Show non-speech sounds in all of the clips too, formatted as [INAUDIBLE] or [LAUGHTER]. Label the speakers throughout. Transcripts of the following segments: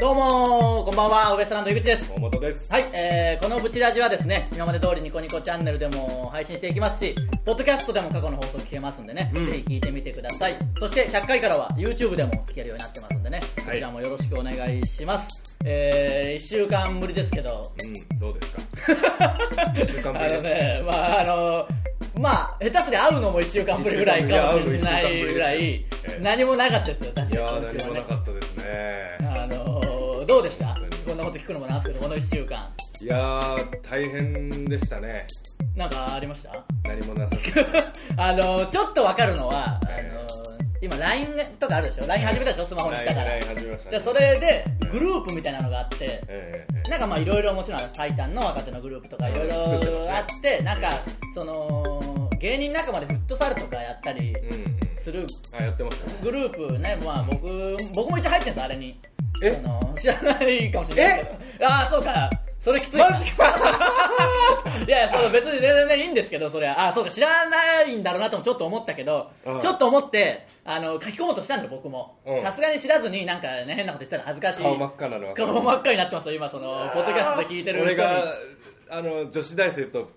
Speaker 1: どうもーこんばんは、ウエストランド井口です。
Speaker 2: 大本です。
Speaker 1: はい、えー、このブチラジはですね、今まで通りニコニコチャンネルでも配信していきますし、ポッドキャストでも過去の放送聞けますんでね、
Speaker 2: うん
Speaker 1: ぜひ聞いてみてください。そして100回からは YouTube でも聞けるようになってますんでね、こちらもよろしくお願いします。えー、1週間ぶりですけど、
Speaker 2: うん、どうです
Speaker 1: [LAUGHS]
Speaker 2: か一週間ぶり
Speaker 1: あ
Speaker 2: で
Speaker 1: の。
Speaker 2: す
Speaker 1: ね、まああの、まあ、下手すり会うのも1週間ぶりぐらいかもしれないぐらい
Speaker 2: 一週間ぶりですよえ、え
Speaker 1: 何もなかったですよ、確
Speaker 2: いや
Speaker 1: か
Speaker 2: ー、
Speaker 1: に今週
Speaker 2: 何
Speaker 1: はね
Speaker 2: もな。かったですね。
Speaker 1: あのー、どうでした
Speaker 2: 何
Speaker 1: こんなこと聞くのもなんですけど、この1週間。
Speaker 2: いやー、大変でしたね。
Speaker 1: なんかありました [LAUGHS]
Speaker 2: 何もなさそう。
Speaker 1: あのー、ちょっとわかるのは、あの
Speaker 2: え
Speaker 1: ー、
Speaker 2: え
Speaker 1: 今 LINE とかあるでしょ ?LINE 始めたでしょスマホにしたか
Speaker 2: LINE
Speaker 1: ら。
Speaker 2: 始めましたね。
Speaker 1: で、それで、グループみたいなのがあって、
Speaker 2: ええ、ええ
Speaker 1: なんかまあいろいろもちろんあの最短の若手のグループとかいろいろ
Speaker 2: 作ってますね
Speaker 1: あって、なんか、その、芸人仲間でフットサルとかやったり
Speaker 2: ええうん、うん。
Speaker 1: する
Speaker 2: あ、やってましたね。
Speaker 1: グループね、まあ僕、僕も一応入ってんすよ、あれに。
Speaker 2: え
Speaker 1: あの知らないかもしれないけど。ああ、そうか。それきつい。マジか [LAUGHS] いや、そう、別に全然ね、いいんですけど、それは。ああ、そうか、知らないんだろうなともちょっと思ったけど、
Speaker 2: うん
Speaker 1: ちょっと思って、あの、書き込もうとしたんだよ、僕も
Speaker 2: う。ん
Speaker 1: さすがに知らずに、なんかね、変なこと言ったら恥ずかしい。
Speaker 2: 顔真っ赤なの
Speaker 1: 顔真っ赤になってますよ、今、その、ポッドキャストで聞いてる人
Speaker 2: 俺
Speaker 1: に。
Speaker 2: が、あの、女子大生と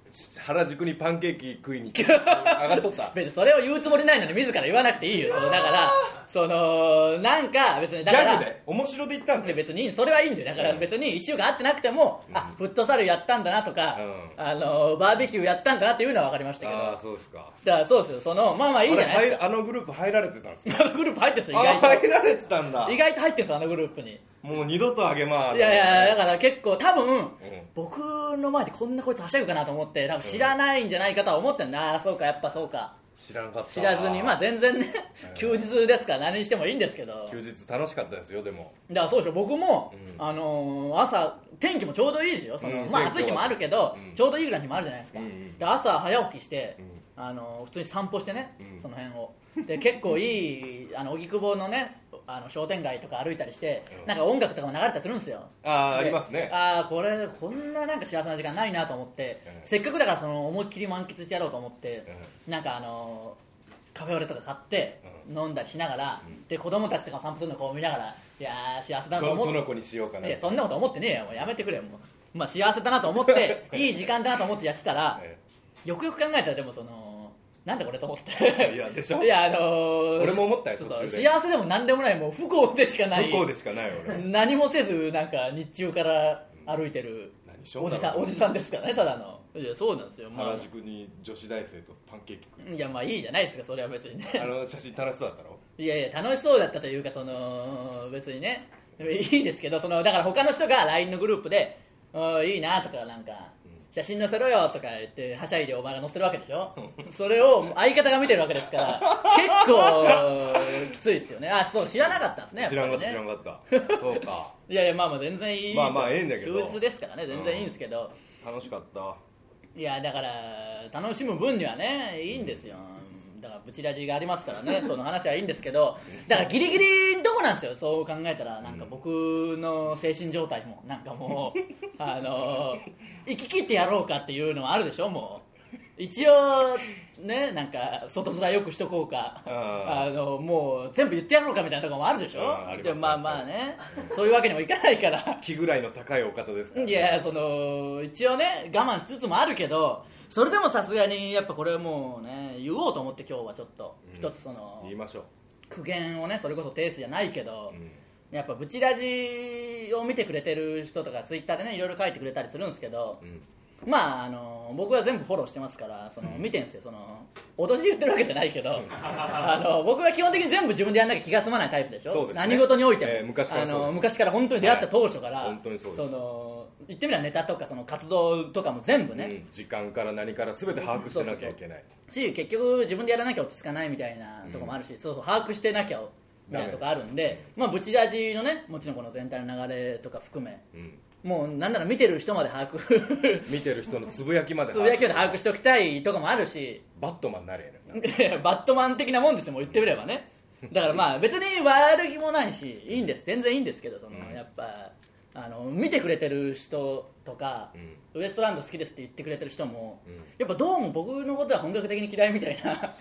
Speaker 2: 原宿にパンケーキ食いに行って上がっとった。
Speaker 1: 別にそれを言うつもりないのに自ら言わなくていいよそのだからそのなんか別に
Speaker 2: ギ
Speaker 1: だか
Speaker 2: ャ
Speaker 1: ら
Speaker 2: グで、面白で行ったんだ
Speaker 1: で
Speaker 2: よ。
Speaker 1: 別にそれはいいんだよだから別に1週間会ってなくても、あフットサルやったんだなとか、
Speaker 2: う
Speaker 1: あのバーベキューやったんだなっていうのは分かりましたけど
Speaker 2: ああ、そうですか。
Speaker 1: だからそうですよそのまあまあいいじゃないです
Speaker 2: あれ入あのグループ入られてたんですか
Speaker 1: かあのグループ入ってるんですよ
Speaker 2: あ
Speaker 1: 意外
Speaker 2: 入られてたんだ
Speaker 1: と意外と入ってるんですよあのグループに
Speaker 2: もう二度とあげまー
Speaker 1: いやいやだから結構多分、僕の前でこんなこいつはしゃぐかなと思って多分知らないんじゃないかとは思ってんだ、ああそうかやっぱそうか
Speaker 2: 知らんかった
Speaker 1: 知らずにまあ全然ね
Speaker 2: うん
Speaker 1: 休日ですから何にしてもいいんですけど
Speaker 2: 休日楽しかったですよでも
Speaker 1: だからそうでしょ僕も、
Speaker 2: うん
Speaker 1: あのー朝天気もちょうどいいですよその、
Speaker 2: うん
Speaker 1: まあ
Speaker 2: 天気
Speaker 1: 暑い日もあるけど、
Speaker 2: うん
Speaker 1: ちょうどいいぐらいの日もあるじゃないですか、
Speaker 2: うんうん
Speaker 1: で朝早起きして、
Speaker 2: う
Speaker 1: あのー普通に散歩してね、
Speaker 2: うん
Speaker 1: その辺をで結構いいあの荻窪のねあの商店街とか歩いたりして、
Speaker 2: うん
Speaker 1: なんか音楽とかも流れたりするんですよ
Speaker 2: ああーあ
Speaker 1: で
Speaker 2: りますね
Speaker 1: ああこれこんななんか幸せな時間ないなと思って、
Speaker 2: うん
Speaker 1: せっかくだからその思いっきり満喫してやろうと思って、
Speaker 2: う
Speaker 1: なんかあのーカフェオレとか買って飲んだりしながら、
Speaker 2: うん
Speaker 1: で子供たちとか散歩するのこう見ながらいやー幸せだなと
Speaker 2: ど
Speaker 1: 思っ
Speaker 2: どの子にしようかな
Speaker 1: ていやそんなこと思ってねえよもうやめてくれよもう、まあ、幸せだなと思って
Speaker 2: [LAUGHS]
Speaker 1: いい時間だなと思ってやってたら
Speaker 2: え
Speaker 1: よくよく考えたらでもそのなんだこれと思って
Speaker 2: いやでしょ
Speaker 1: いやあのー
Speaker 2: 俺も思ったよ
Speaker 1: そうそう
Speaker 2: 途中で
Speaker 1: 幸せでも何でもないもう不幸でしかない
Speaker 2: 向こうでしかない俺
Speaker 1: [LAUGHS] 何もせずなんか日中から歩いてる
Speaker 2: 何しよ
Speaker 1: お
Speaker 2: う
Speaker 1: じさ
Speaker 2: だ
Speaker 1: ん
Speaker 2: ろう
Speaker 1: おじさんですからねただのいやそうなんですよ、まあ
Speaker 2: 原宿に女子大生とパンケーキ食い
Speaker 1: いやまあいいじゃないですかそれは別にね
Speaker 2: あの写真楽しそうだったろ
Speaker 1: い [LAUGHS] やいや楽しそうだったというかその別にねいいですけどそのだから他の人が LINE のグループで「うんいいな」とかなんか
Speaker 2: うん
Speaker 1: 「写真載せろよ」とか言ってはしゃいでお前が載せてるわけでしょそれを相方が見てるわけですから結構きついですよねあそう知らなかったんですねやっ
Speaker 2: 知
Speaker 1: ぱ
Speaker 2: ら
Speaker 1: り
Speaker 2: んかった知ら
Speaker 1: ね
Speaker 2: んかったそうか
Speaker 1: いやいやまあまあ全然いい
Speaker 2: まあまあええんだけど
Speaker 1: 休日ですからね全然いいんですけど、
Speaker 2: 楽しかった
Speaker 1: いやだから楽しむ分にはねいいんですよだからブチラジがありますから
Speaker 2: [LAUGHS]
Speaker 1: ねその話はいいんですけどだからギリギリのとこなんですよそう考えたらなんか
Speaker 2: うん
Speaker 1: 僕の精神状態もなんかもう
Speaker 2: [LAUGHS]
Speaker 1: あの生き切ってやろうかっていうのはあるでしょもう一応ねなんか外面よくしとこうか
Speaker 2: あ
Speaker 1: あのもう全部言ってやろうかみたいなところもあるでしょ
Speaker 2: うんあります
Speaker 1: でもまあまあねそういうわけにもいかないから
Speaker 2: 気ぐらいの高いお方ですから
Speaker 1: いやその一応ね我慢しつつもあるけどそれでもさすがにやっぱこれはもうね言おうと思って今日はちょっと
Speaker 2: うん
Speaker 1: 一つその
Speaker 2: 言いましょう
Speaker 1: 苦言をねそれこそ定数じゃないけど
Speaker 2: う、ん
Speaker 1: やっぱブチラジを見てくれてる人とかツイッターでねいろいろ書いてくれたりするんですけど
Speaker 2: う、ん
Speaker 1: まああの僕は全部フォローしてますからその、
Speaker 2: うん
Speaker 1: 見てんすよその脅しで言ってるわけじゃないけど [LAUGHS] あの僕は基本的に全部自分でやんなきゃ気が済まないタイプでしょ
Speaker 2: そうですね
Speaker 1: 何事においても、
Speaker 2: えー昔からそうです
Speaker 1: あの昔から本当に出会った当初から、
Speaker 2: はい本当にそうです
Speaker 1: の言ってみればネタとかその活動とかも全部ね、
Speaker 2: うん時間から何から全て把握してなきゃいけない
Speaker 1: し結局自分でやらなきゃ落ち着かないみたいなとこもあるし、そうそう把握してなきゃみたいなとこあるんで、まあ、ブチラジのねもちろんこの全体の流れとか含め
Speaker 2: うん
Speaker 1: もうなんなら見てる人まで把
Speaker 2: [LAUGHS]
Speaker 1: 握
Speaker 2: 見てる人のつぶやきまで
Speaker 1: つぶやきまで把握しておきたいとかもあるし
Speaker 2: バットマンになれやねんない
Speaker 1: [LAUGHS] やバットマン的なもんですよもう言ってみればねだからまあ別に悪気もないしいいんです全然いいんですけどその、
Speaker 2: うん
Speaker 1: やっぱあの見てくれてる人とか、ウエストランド好きですって言ってくれてる人も、
Speaker 2: うん
Speaker 1: やっぱどうも僕のことは本格的に嫌いみたい
Speaker 2: [LAUGHS]
Speaker 1: な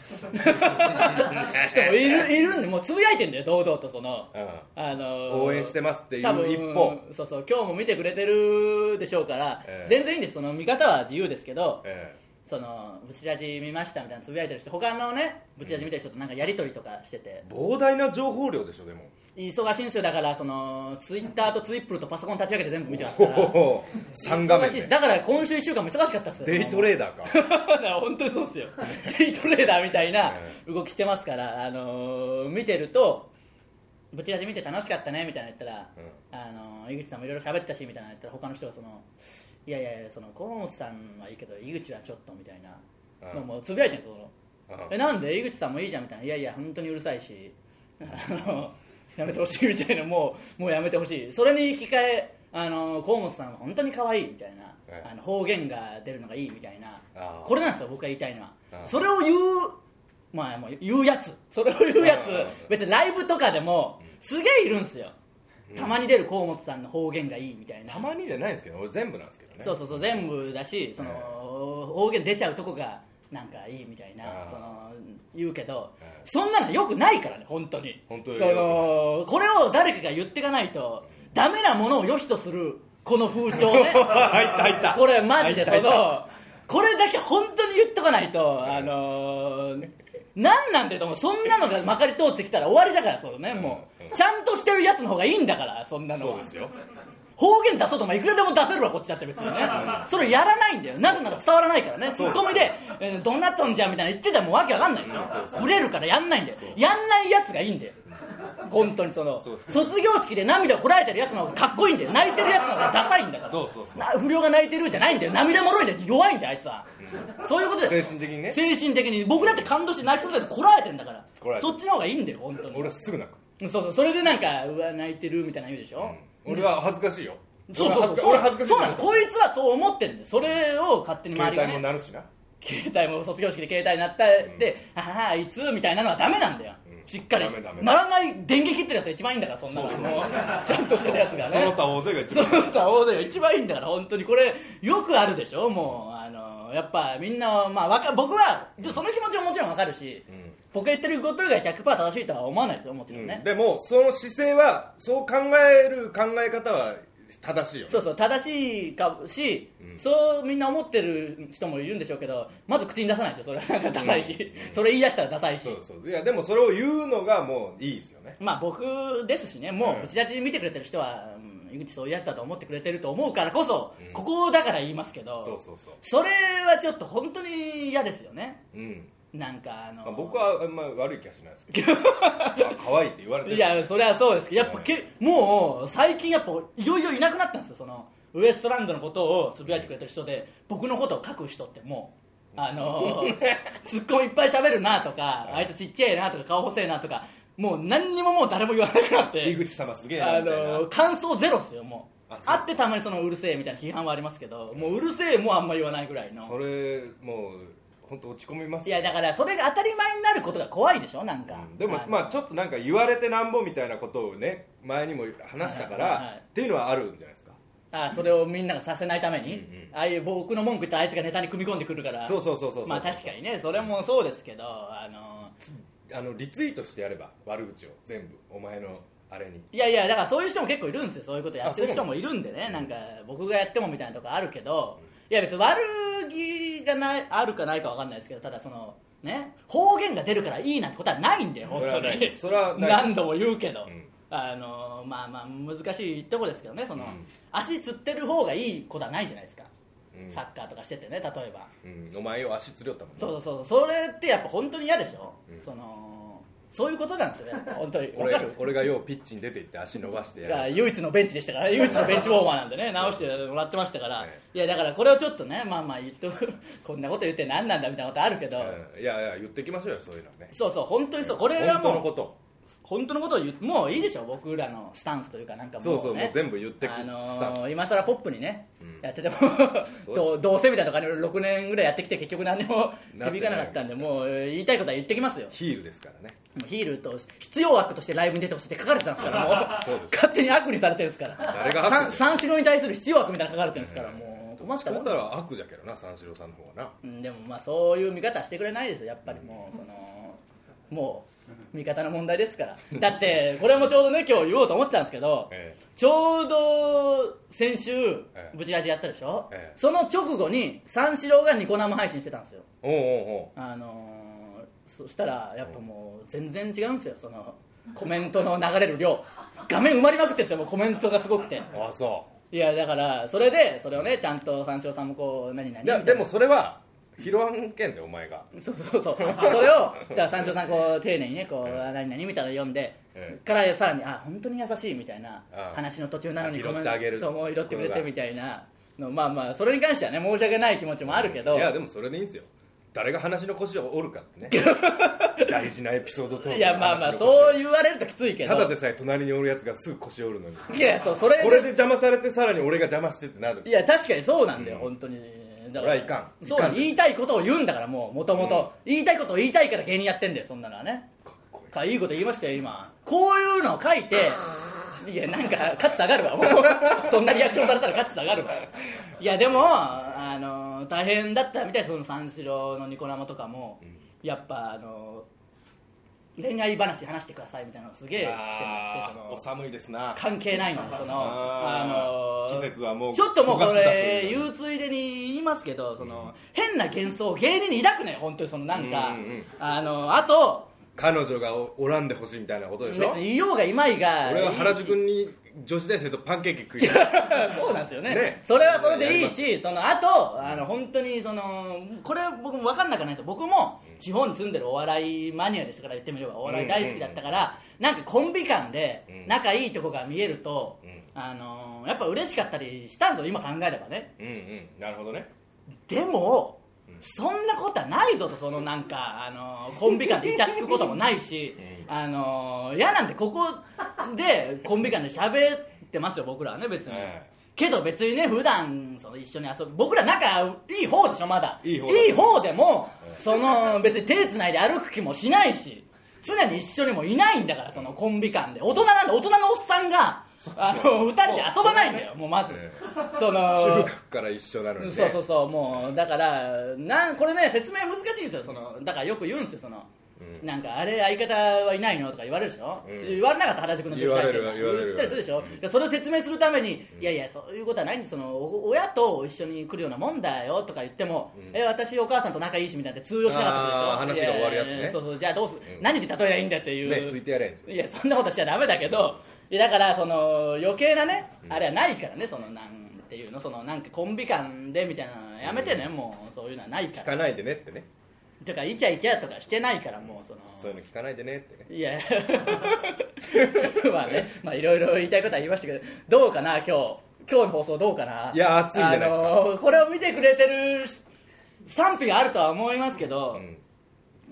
Speaker 1: 人もいるいるんでもうつぶやいてんだよ堂々とその、あの
Speaker 2: 応援してますっていう
Speaker 1: 多分
Speaker 2: 一方
Speaker 1: そうそう今日も見てくれてるでしょうから、
Speaker 2: ええ
Speaker 1: 全然いいんですその見方は自由ですけど、
Speaker 2: え
Speaker 1: そのブチラジ見ましたみたいなつぶやいてる人他のねブチラジ見てる人となんかやり取りとかしてて
Speaker 2: え、膨大な情報量でしょでも
Speaker 1: 忙しいんですよだからそのツイッターとツイップルとパソコン立ち上げて [LAUGHS] 全部見てますから
Speaker 2: 3画面
Speaker 1: 忙しいです
Speaker 2: で
Speaker 1: だから今週1週間も忙しかったですよ
Speaker 2: デイトレーダーか
Speaker 1: だから [LAUGHS] 本当にそうですよ、デイトレーダーみたいな [LAUGHS]
Speaker 2: え
Speaker 1: 動きしてますから、あのー見てると、ぶちラジ見て楽しかったねみたいなの言ったら、あのー井口さんもいろいろ喋ったしみたいなの言ったら、他の人がその、いやいやいや、その河本さんはいいけど、井口はちょっとみたいな、
Speaker 2: うん
Speaker 1: もうもうつぶやいてるんですよ、
Speaker 2: うん
Speaker 1: そのえなんで井口さんもいいじゃんみたいな、いやいや、本当にうるさいし、あのやめてほしいみたいな、もうもうやめてほしい、それに引き換え、あの河本さんは本当に可愛いみたいな、
Speaker 2: ええ
Speaker 1: あの方言が出るのがいいみたいな。
Speaker 2: あー
Speaker 1: これなんですよ僕が言いたいのは
Speaker 2: ああ
Speaker 1: それを言うまあもう言うやつそれを言うや
Speaker 2: ああ
Speaker 1: つ別にライブとかでもすげえいるんですよたまに出る河本さんの方言がいいみたいな
Speaker 2: たまにじゃないんですけど俺全部なんですけどね
Speaker 1: そうそうそう全部だしその
Speaker 2: ええ
Speaker 1: 方言出ちゃうとこがなんかいいみたいな
Speaker 2: ああ
Speaker 1: その言うけど
Speaker 2: ええ
Speaker 1: そんなのよくないからね本当に
Speaker 2: 本当に
Speaker 1: そのこれを誰かが言っていかないとダメなものを良しとするこの風潮ね
Speaker 2: [LAUGHS] 入った入った
Speaker 1: これマジでそ
Speaker 2: 入った入
Speaker 1: のこれだけ本当に言っとかないとあのー何なんてと思うそんなのがまかり通ってきたら終わりだからそのねも
Speaker 2: うん
Speaker 1: うちゃんとしてるやつの方がいいんだからそんなの
Speaker 2: そう
Speaker 1: は [LAUGHS]
Speaker 2: ですよ
Speaker 1: 方言出そうともいくらでも出せるわこっちだって別にねそれをやらないんだよなぜなら伝わらないからねツ
Speaker 2: そう
Speaker 1: ッコミで「えーどんなっとんじゃ」みたいな言ってたらもうわけわかんないでしょブレるからやんないんだよやんないやつがいいんだよ本当にその
Speaker 2: そうです
Speaker 1: 卒業式で涙こらえてるやつの方がかっこいいんだよ泣いてるやつの方がダサいんだから
Speaker 2: そうそうそう
Speaker 1: な不良が泣いてるじゃないんだよ涙もろいんだよ弱いんだよあいつは、そういうことです
Speaker 2: 精
Speaker 1: よ
Speaker 2: 神的にね
Speaker 1: 精神的に僕だって感動して泣きそうだけどこらえてんだから
Speaker 2: こらえてる
Speaker 1: そっちの方がいいんだよ本当に
Speaker 2: 俺はすぐ泣く
Speaker 1: そうそうそれでなんかうわ泣いてるみたいなの言うでしょ、
Speaker 2: 俺は恥ずかしいよ
Speaker 1: そうそうそう
Speaker 2: 俺恥ずかしい
Speaker 1: そうなのこいつはそう思ってるんでそれを勝手に周り
Speaker 2: 携
Speaker 1: が、
Speaker 2: 帯も
Speaker 1: ね、
Speaker 2: なるしな
Speaker 1: 携帯も卒業式で携帯になったで、あああいつみたいなのはダメなんだよ、
Speaker 2: うん
Speaker 1: しっかり
Speaker 2: ダメダメ
Speaker 1: ならない電撃切ってるやつが一番いいんだからそんなのもう [LAUGHS] ちゃんとしてるやつがね
Speaker 2: その他大勢が一
Speaker 1: そ
Speaker 2: 番
Speaker 1: うさ、大勢が一番いいんだから、本当にこれ、よくあるでしょ、もう、あのやっぱみんな、まあ、わか僕は、でその気持ちももちろんわかるし、
Speaker 2: うん
Speaker 1: 僕が言ってることが100%正しいとは思わないですよ、もちろんね。
Speaker 2: うんでもその姿勢はそう考える考え方は正しいよね
Speaker 1: そうそう正しいかし、
Speaker 2: うん
Speaker 1: そうみんな思ってる人もいるんでしょうけどまず口に出さないでしょそれはなんかダサいし、それ言い出したらダサいし
Speaker 2: そうそういやでもそれを言うのがもういいですよね
Speaker 1: まあ僕ですしねも
Speaker 2: うん
Speaker 1: うぶち立ち見てくれてる人は、うん、井口そういうやつだと思ってくれてると思うからこそ、ここだから言いますけど
Speaker 2: そうそうそう
Speaker 1: それはちょっと本当に嫌ですよね
Speaker 2: うん
Speaker 1: なんかあの
Speaker 2: まあ僕はあんま悪い気はしないです
Speaker 1: [LAUGHS]
Speaker 2: けどあ可愛いって言われてる
Speaker 1: いやそれはそうですけどやっぱけ、もう最近やっぱいよいよいなくなったんですよそのウエストランドのことをつぶやいてくれた人で僕のことを書く人ってもうあ
Speaker 2: [LAUGHS]
Speaker 1: のーツッコミいっぱい喋るなとかあいつちっちゃいなとか顔細いなとかもう何にももう誰も言わなくなって
Speaker 2: 井口様すげえな
Speaker 1: あ
Speaker 2: みたいな、
Speaker 1: のー感想ゼロっすよもう
Speaker 2: あそう
Speaker 1: あってたまにそのうるせえみたいな批判はありますけどもううるせえもあんま言わないぐらいの
Speaker 2: それもう本当落ち込みます
Speaker 1: い
Speaker 2: よ
Speaker 1: やだからそれが当たり前になることが怖いでしょなんか、
Speaker 2: うんでもまあちょっとなんか言われてなんぼみたいなことをね前にも話したから、
Speaker 1: はいはいはい
Speaker 2: っていうのはあるんじゃないですか
Speaker 1: あそれをみんながさせないために、
Speaker 2: うんうん
Speaker 1: ああいう僕の文句言ってあいつがネタに組み込んでくるから
Speaker 2: そうそうそうそうそう
Speaker 1: まあ確かにねそれもそうですけどあの
Speaker 2: あのリツイートしてやれば悪口を全部お前のあれに
Speaker 1: いやいやだからそういう人も結構いるんですよそういうことやってる
Speaker 2: あそ
Speaker 1: 人
Speaker 2: うなの
Speaker 1: もいるんでねなんか僕がやってもみたいなとこあるけどいや別に悪気がないあるかないかわかんないですけどただそのね方言が出るからいいなんてことはないんだよ本当に
Speaker 2: それはない
Speaker 1: 何度も言うけど、
Speaker 2: うん
Speaker 1: あのまあまあ難しいとこですけどねその、
Speaker 2: うん
Speaker 1: 足つってる方がいいことはないじゃないですか、
Speaker 2: うん
Speaker 1: サッカーとかしててね例えば
Speaker 2: うん、お前を足つりよったもんね
Speaker 1: そうそうそうそれってやっぱ本当に嫌でしょ、
Speaker 2: うん
Speaker 1: そのそういうことなんですよやっぱ本当にわ
Speaker 2: 俺
Speaker 1: かる
Speaker 2: 俺がようピッチに出て行って足伸ばしてや
Speaker 1: が
Speaker 2: る
Speaker 1: 唯一のベンチでしたから唯一のベンチウォーマーなんでね直してもらってましたから
Speaker 2: え
Speaker 1: いやだからこれをちょっとねまあまあ言っと [LAUGHS] こんなこと言って何なんだみたいなことあるけど、
Speaker 2: うんいやいや言ってきましょうよそういうのはね
Speaker 1: そうそう本当にそうこれが
Speaker 2: 本当の
Speaker 1: も
Speaker 2: こ
Speaker 1: う
Speaker 2: と
Speaker 1: 本当のことを言うもういいでしょ僕らのスタンスというかなんかもう、ね、
Speaker 2: そうそうもう全部言ってく
Speaker 1: あの
Speaker 2: スタン
Speaker 1: ー
Speaker 2: ス
Speaker 1: 今さらポップにね、
Speaker 2: うん
Speaker 1: やってても
Speaker 2: す
Speaker 1: どうどうせみたいなとかに6年ぐらいやってきて結局何も
Speaker 2: なってない
Speaker 1: 響かなかったんでもう言いたいことは言ってきますよ
Speaker 2: ヒールですからね
Speaker 1: もうヒールと必要悪としてライブに出てほしいって書かれてたんです
Speaker 2: [LAUGHS]
Speaker 1: から
Speaker 2: そう
Speaker 1: もう
Speaker 2: です
Speaker 1: 勝手に悪にされてるんですから
Speaker 2: 誰が悪だ
Speaker 1: 三
Speaker 2: よ
Speaker 1: 三四郎に対する必要悪みたいなの書かれてるんですから、もう困った
Speaker 2: 作
Speaker 1: も
Speaker 2: っ
Speaker 1: ん
Speaker 2: たら悪じゃけどな三四郎さんの方がな
Speaker 1: うんでもまあそういう見方してくれないですよやっぱりもうそのもう見方の問題ですからだってこれもちょうどね今日言おうと思ってたんですけど、
Speaker 2: ええ
Speaker 1: ちょうど先週
Speaker 2: ええ
Speaker 1: ブチラジやったでしょ、
Speaker 2: ええ
Speaker 1: その直後に三四郎がニコ生配信してたんですよ
Speaker 2: おうおうおう
Speaker 1: あのーそしたらやっぱもう全然違うんですよそのコメントの流れる量画面埋まりまくってるんですよもうコメントがすごくて
Speaker 2: あそ
Speaker 1: いやだからそれでそれをねちゃんと三四郎さんもこう何々
Speaker 2: う
Speaker 1: み
Speaker 2: い
Speaker 1: たい
Speaker 2: や
Speaker 1: な
Speaker 2: でもそれは拾わんけんでお前が
Speaker 1: そうそうそうそれをだから三四郎さんこう丁寧にねこう、
Speaker 2: え
Speaker 1: 何々みたいなの読んで、
Speaker 2: ええ
Speaker 1: からさらにあ本当に優しいみたいな、
Speaker 2: ああ
Speaker 1: 話の途中なのに
Speaker 2: あ拾ってあげる
Speaker 1: コメントも拾ってくれてみたいなのまあまあそれに関してはね申し訳ない気持ちもあるけど
Speaker 2: いやでもそれでいいんですよ誰が話の腰を折る
Speaker 1: [LAUGHS]
Speaker 2: かってね大事なエピソードトークの
Speaker 1: いやまあまあ
Speaker 2: 話の腰を
Speaker 1: そう言われるときついけど
Speaker 2: ただでさえ隣におるやつがすぐ腰折るのに
Speaker 1: いやそうそれ
Speaker 2: これで邪魔されてさらに俺が邪魔してってなる
Speaker 1: いや確かにそうなんだよ、
Speaker 2: うん
Speaker 1: 本当にだ
Speaker 2: これはいかん
Speaker 1: そうなの
Speaker 2: いかんです
Speaker 1: 言いたいことを言うんだからもうもともと言いたいことを言いたいから芸人やってんだよそんなのはね
Speaker 2: かっこいい
Speaker 1: かいいこと言いましたよ今こういうのを書いていやなんか価値下がるわもう [LAUGHS] そんなリアクションされたら価値下がるわいやでもあの大変だったみたいその三四郎のニコ生とかも、
Speaker 2: ん
Speaker 1: やっぱあの恋愛話話してくださいみたいなのがすげえ来てもらって
Speaker 2: あ
Speaker 1: そ
Speaker 2: ー
Speaker 1: の
Speaker 2: お寒いですな
Speaker 1: 関係ないのそのあ
Speaker 2: あー
Speaker 1: の
Speaker 2: 季節はもう
Speaker 1: ちょっともうこ
Speaker 2: 五月だと
Speaker 1: れ
Speaker 2: いう
Speaker 1: 言
Speaker 2: のに
Speaker 1: うついでに言いますけどその、変な幻想を芸人に抱くね本当にそのなんか、
Speaker 2: うんうんうん
Speaker 1: あのあと
Speaker 2: 彼女がおおらんでほしいみたいなことで
Speaker 1: 別
Speaker 2: しょ
Speaker 1: にいようがいまいが
Speaker 2: 俺は原宿
Speaker 1: いいし
Speaker 2: に女子大生とパンケーキ食いに
Speaker 1: [LAUGHS]
Speaker 2: 行った
Speaker 1: そうなんですよね
Speaker 2: ね
Speaker 1: それはそれでいいしそのあとあの本当にそのこれ僕も分かんなくはないんですよ僕も地方に住んでるお笑いマニアですから言ってみればお笑い大好きだったから、なんかコンビ間で
Speaker 2: うん
Speaker 1: 仲いいとこが見えると、
Speaker 2: うん
Speaker 1: あのやっぱ嬉しかったりしたんですよ今考えればね
Speaker 2: うんうんなるほどね
Speaker 1: でも、そんなことはないぞとそのなんかあのコンビ間でイチャつくこともない
Speaker 2: [LAUGHS]
Speaker 1: し、
Speaker 2: う
Speaker 1: あの嫌なんでここで [LAUGHS] コンビ間で喋ってますよ僕らはね別に、
Speaker 2: ええ
Speaker 1: けど別にね普段その一緒に遊ぶ僕ら仲いい方でしょまだ
Speaker 2: いい方だ
Speaker 1: でも、
Speaker 2: ええ
Speaker 1: その別に手つないで歩く気もしないし常に一緒にもいないんだからそのコンビ間で大人なんで大人のおっさんがあの二人で遊ばないんだよもうまず、
Speaker 2: え
Speaker 1: その
Speaker 2: 中学から一緒なのにね
Speaker 1: そうそうそうもうだからなんこれね説明難しいんですよそのだからよく言うんですよその、
Speaker 2: うん
Speaker 1: なんかあれ相方はいないのとか言われるでしょ、
Speaker 2: うん
Speaker 1: 言われなかった原宿の女子大生
Speaker 2: 言われる言われる
Speaker 1: 言ったりするでしょ、
Speaker 2: うん
Speaker 1: でそれを説明するために、いやいやそういうことはないんですそのお親と一緒に来るようなもんだよとか言っても、
Speaker 2: うん
Speaker 1: え私お母さんと仲いいしみたいなって通用しなかったりするでしょ
Speaker 2: あー話が終わるやつ
Speaker 1: い
Speaker 2: ね
Speaker 1: いいそうそうじゃあどうする、
Speaker 2: うん
Speaker 1: 何で例えばいいんだっていう、
Speaker 2: ねついてやれんですよ
Speaker 1: いやそんなことしちゃダメだけどいやだからその余計なね、
Speaker 2: うん
Speaker 1: あれはないからねそのなんていうのそのなんかコンビ間でみたいなのやめてね、もうそういうのはない
Speaker 2: 聞
Speaker 1: か
Speaker 2: からないでねってね
Speaker 1: とかイチャイチャとかしてないからもうその
Speaker 2: そういうの聞かないでねってね
Speaker 1: いやまあねまあいろいろ言いたいことは言いましたけどどうかな今日今日の放送どうかない
Speaker 2: いや熱いんじゃないですか
Speaker 1: これを見てくれてる賛否があるとは思いますけど、
Speaker 2: うん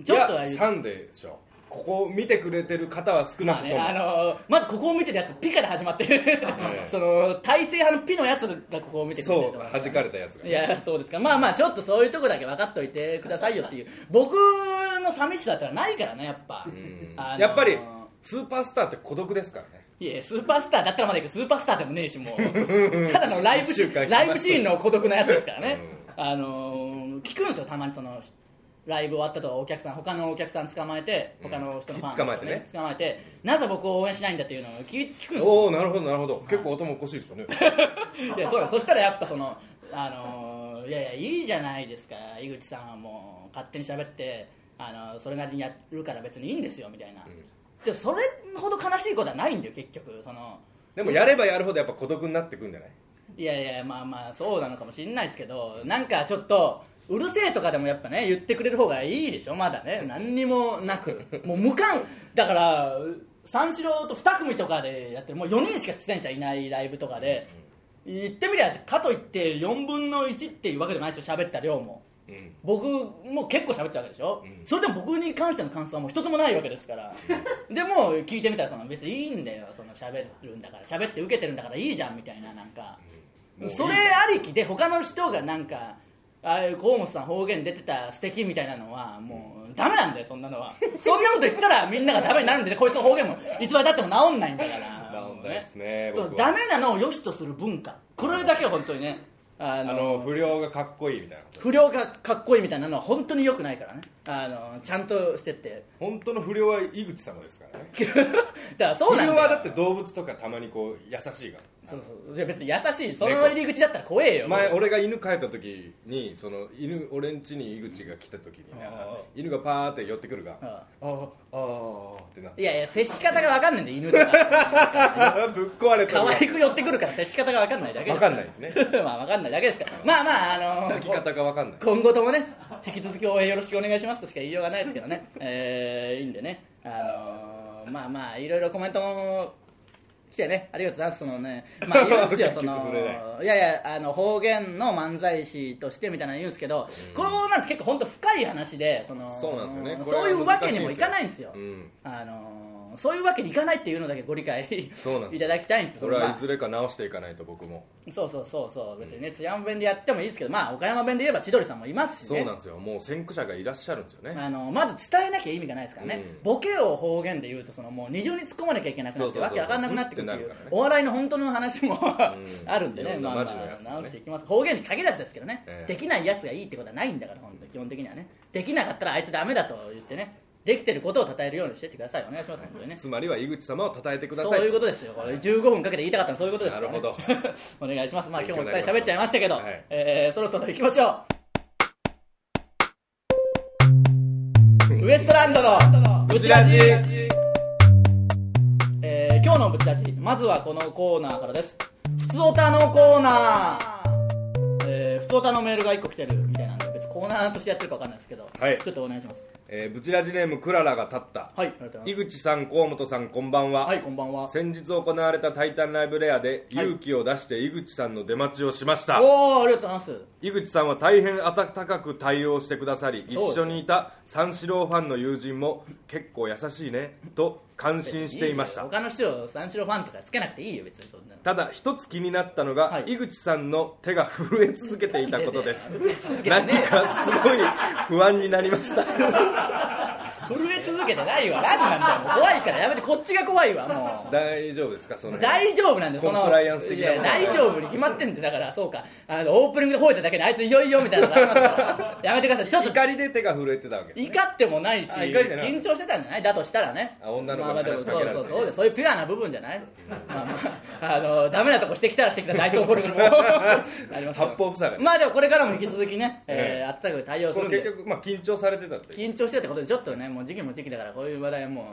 Speaker 1: ちょっとはい
Speaker 2: や3でしょここを見てくれてる方は少な
Speaker 1: まあ
Speaker 2: く
Speaker 1: ね
Speaker 2: とも
Speaker 1: あのーまずここを見てるやつピカで始まってる [LAUGHS] その体制派のピのやつがここを見てくれてる
Speaker 2: そ
Speaker 1: と
Speaker 2: う
Speaker 1: 思います
Speaker 2: 弾かれたやつが
Speaker 1: いやそうですかまあまあちょっとそういうとこだけ分かっておいてくださいよっていう僕の寂しさってのはないからねやっぱ、
Speaker 2: うん
Speaker 1: あのー
Speaker 2: やっぱりスーパースターって孤独ですからね
Speaker 1: いやスーパースターだったらまだいいけどスーパースターでもねえしも
Speaker 2: [LAUGHS]
Speaker 1: うただのライブシ
Speaker 2: 一週間暇、
Speaker 1: ライブシーンの孤独なやつですからねあのー聞くんですよたまにそのライブ終わったとお客さん他のお客さん捕まえて他の人のファンの人を
Speaker 2: 捕まえてね
Speaker 1: 捕まえてなぜ僕を応援しないんだっていうのを聞聞くんですよ
Speaker 2: おおなるほどなるほど結構頭おかしいですよね
Speaker 1: いやそうだそしたらやっぱその、あのーいやいやいいじゃないですか井口さんはもう勝手に喋って、あのーそれなりにやるから別にいいんですよみたいな、
Speaker 2: ん
Speaker 1: でもそれほど悲しいことはないんだよ結局その
Speaker 2: でもやればやるほどやっぱ孤独になってくんじゃない
Speaker 1: いやいやまあまあそうなのかもしれないですけどなんかちょっとうるせえとかでもやっぱね言ってくれる方がいいでしょまだね何にもなくもう無関だから三四郎と2組とかでやってるもう4人しか出演者いないライブとかで言ってみりゃかといって4分の1っていうわけでもないですよ喋った量も
Speaker 2: ううん
Speaker 1: 僕も結構喋ったわけでしょ、
Speaker 2: うん
Speaker 1: それでも僕に関しての感想はもう一つもないわけですから、でも聞いてみたらその別にいいんだよその喋るんだから喋って受けてるんだからいいじゃんみたいななんか、
Speaker 2: もういい
Speaker 1: それありきで他の人がなんかああいう河本さん方言出てた素敵みたいなのはもうダメなんだよそんなのはそんなこと言ったらみんながダメになるんで、ね、こいつの方言もいつまでたっても治んないんだから
Speaker 2: 治んないっすね
Speaker 1: そう
Speaker 2: 僕は
Speaker 1: ダメなのを良しとする文化これだけは本当にねあ
Speaker 2: あの不良がかっこいいみたいなこと
Speaker 1: 不良がかっこいいみたいなのは本当に良くないからねあのちゃんとしてって [LAUGHS]
Speaker 2: 本当の不良は井口様ですからね
Speaker 1: だからそう
Speaker 2: 不
Speaker 1: なんだ
Speaker 2: 良
Speaker 1: よ
Speaker 2: はだって動物とかたまにこう優しいから
Speaker 1: そうそういや別に優しいその入り口だったら怖えよ
Speaker 2: 前俺が犬飼えた時にその犬俺ん家に井口が来た時にね
Speaker 1: ああ
Speaker 2: 犬がパーって寄ってくるが
Speaker 1: うん
Speaker 2: ああああってなっ
Speaker 1: い
Speaker 2: て
Speaker 1: やいや接し方が分かんないんで犬とか
Speaker 2: ぶっ壊れた
Speaker 1: 可愛く寄ってくるから接し方が分かんないだけです
Speaker 2: 分かんないですね
Speaker 1: [LAUGHS] まあ分かんないだけですからまあまああの
Speaker 2: 抱き方が分かんない
Speaker 1: 今後ともね引き続き応援よろしくお願いしますとしか言いようがないですけどねえーいいんでねあのーまあまあいろいろコメントも来てねありがとうございますそのねまあ言うんですよ
Speaker 2: [LAUGHS] 結
Speaker 1: そ
Speaker 2: 局
Speaker 1: の
Speaker 2: 触れない
Speaker 1: やいやあの方言の漫才師としてみたいなの言うんですけど、このなんて結構本当深い話でその
Speaker 2: そうなんですよねこれは
Speaker 1: そういうわけにもいかないんですよ、
Speaker 2: うん
Speaker 1: あのーそういうわけにいかないっていうのだけご理解
Speaker 2: [LAUGHS] そうなんです
Speaker 1: いただきたいんです
Speaker 2: これ
Speaker 1: ま
Speaker 2: は
Speaker 1: あ
Speaker 2: いずれか直していかないと僕も
Speaker 1: そうそうそうそう別にね津山弁でやってもいいですけどまあ岡山弁で言えば千鳥さんもいますし
Speaker 2: そう
Speaker 1: ね
Speaker 2: なんですよもう先駆者がいらっしゃるんですよね
Speaker 1: あのまず伝えなきゃ意味がないですからね、
Speaker 2: うん
Speaker 1: ボケを方言で言うとそのもう二重に突っ込まなきゃいけなくなって
Speaker 2: そうそうそう
Speaker 1: わけわかんなくなってくるっていう
Speaker 2: うんってなるからね
Speaker 1: お笑いの本当の話もあるんで
Speaker 2: い
Speaker 1: ね
Speaker 2: ろんな
Speaker 1: まあまあ
Speaker 2: マジのやつね
Speaker 1: 直していきます方言に限らずですけどね、
Speaker 2: ええ
Speaker 1: できないやつがいいってことはないんだから本当に基本的にはねできなかったらあいつダメだと言ってねできてることを称えるようにしてってくださいお願いします本当にね
Speaker 2: つまりは井口様を称えてくだ
Speaker 1: そ
Speaker 2: さ
Speaker 1: う
Speaker 2: い
Speaker 1: いうことですよこれ15分かけて言いたかったのはそういうことですから、ね、
Speaker 2: なる
Speaker 1: [LAUGHS] お願いしますまあ今
Speaker 2: 勉
Speaker 1: 日も
Speaker 2: 強
Speaker 1: いっぱい
Speaker 2: になりました
Speaker 1: 喋っちゃいましたけど、
Speaker 2: はい
Speaker 1: えーそろそろ行きましょうウエストランドのブ
Speaker 2: ブ
Speaker 1: チ
Speaker 2: チ
Speaker 1: ラ
Speaker 2: ラ
Speaker 1: ジ
Speaker 2: ジ
Speaker 1: えー今日のブチラジまずはこのコーナーからですふつおたのコーナーえーふつおたのメールが1個来てるみたいなんで別にコーナーとしてやってるか分かんないですけど、
Speaker 2: はい
Speaker 1: ちょっとお願いします
Speaker 2: えーブチラジネームクララが立った
Speaker 1: はいありがとうござい
Speaker 2: 井
Speaker 1: ま
Speaker 2: 口さん河本さんこんばん
Speaker 1: す
Speaker 2: は
Speaker 1: はいこんばんは
Speaker 2: 先日行われた「タイタンライブレア」で
Speaker 1: はい
Speaker 2: 勇気を出して井口さんの出待ちをしました、
Speaker 1: おおありがとうございます
Speaker 2: 井口さんは大変温かく対応してくださり
Speaker 1: そうですよ
Speaker 2: 一緒にいた三四郎ファンの友人も結構優しいねと感心していました
Speaker 1: よ他の人を三四郎ファンとかつけなくていいよ別にそんなの
Speaker 2: ただ一つ気になったのが、
Speaker 1: はい
Speaker 2: 井口さんの手が震え続けていたことです
Speaker 1: 震え続けて
Speaker 2: 何
Speaker 1: ね
Speaker 2: かすごい不安になりました
Speaker 1: 震え続けてないわ何なんだよもう怖いからやめてこっちが怖いわも
Speaker 2: 大丈夫ですかその
Speaker 1: う
Speaker 2: 辺
Speaker 1: 大丈夫なんだよその
Speaker 2: [LAUGHS] コンプライアンス的なも
Speaker 1: いや
Speaker 2: の
Speaker 1: 大丈夫に決まってんだよだからそうかあのオープニングで吠えただけであいついよいよみたいなのがあります
Speaker 2: [LAUGHS]
Speaker 1: からやめてくださいちょっと
Speaker 2: 怒りで手が震えてたわけですね
Speaker 1: 怒ってもないし
Speaker 2: あ怒りじゃない
Speaker 1: 緊張してたんじゃないだとしたらね
Speaker 2: あ女の子
Speaker 1: ま
Speaker 2: に
Speaker 1: あまあでも
Speaker 2: 話しかけられて
Speaker 1: そうそうそうそういうピュアな部分じゃ
Speaker 2: [LAUGHS]
Speaker 1: ないまあまああのダメなとこしてきたらしてきたら大東怒るし
Speaker 2: [LAUGHS]
Speaker 1: もうなりますよ
Speaker 2: 八方塞がり
Speaker 1: まあでもこれからも引き続きね、え
Speaker 2: え
Speaker 1: ー、あったかく対応す
Speaker 2: こ
Speaker 1: るん
Speaker 2: れ
Speaker 1: で
Speaker 2: 結局、まあ、緊張されてたっていう
Speaker 1: 緊張してたってことでちょっとねもう時期も時期だからこういう話題はもう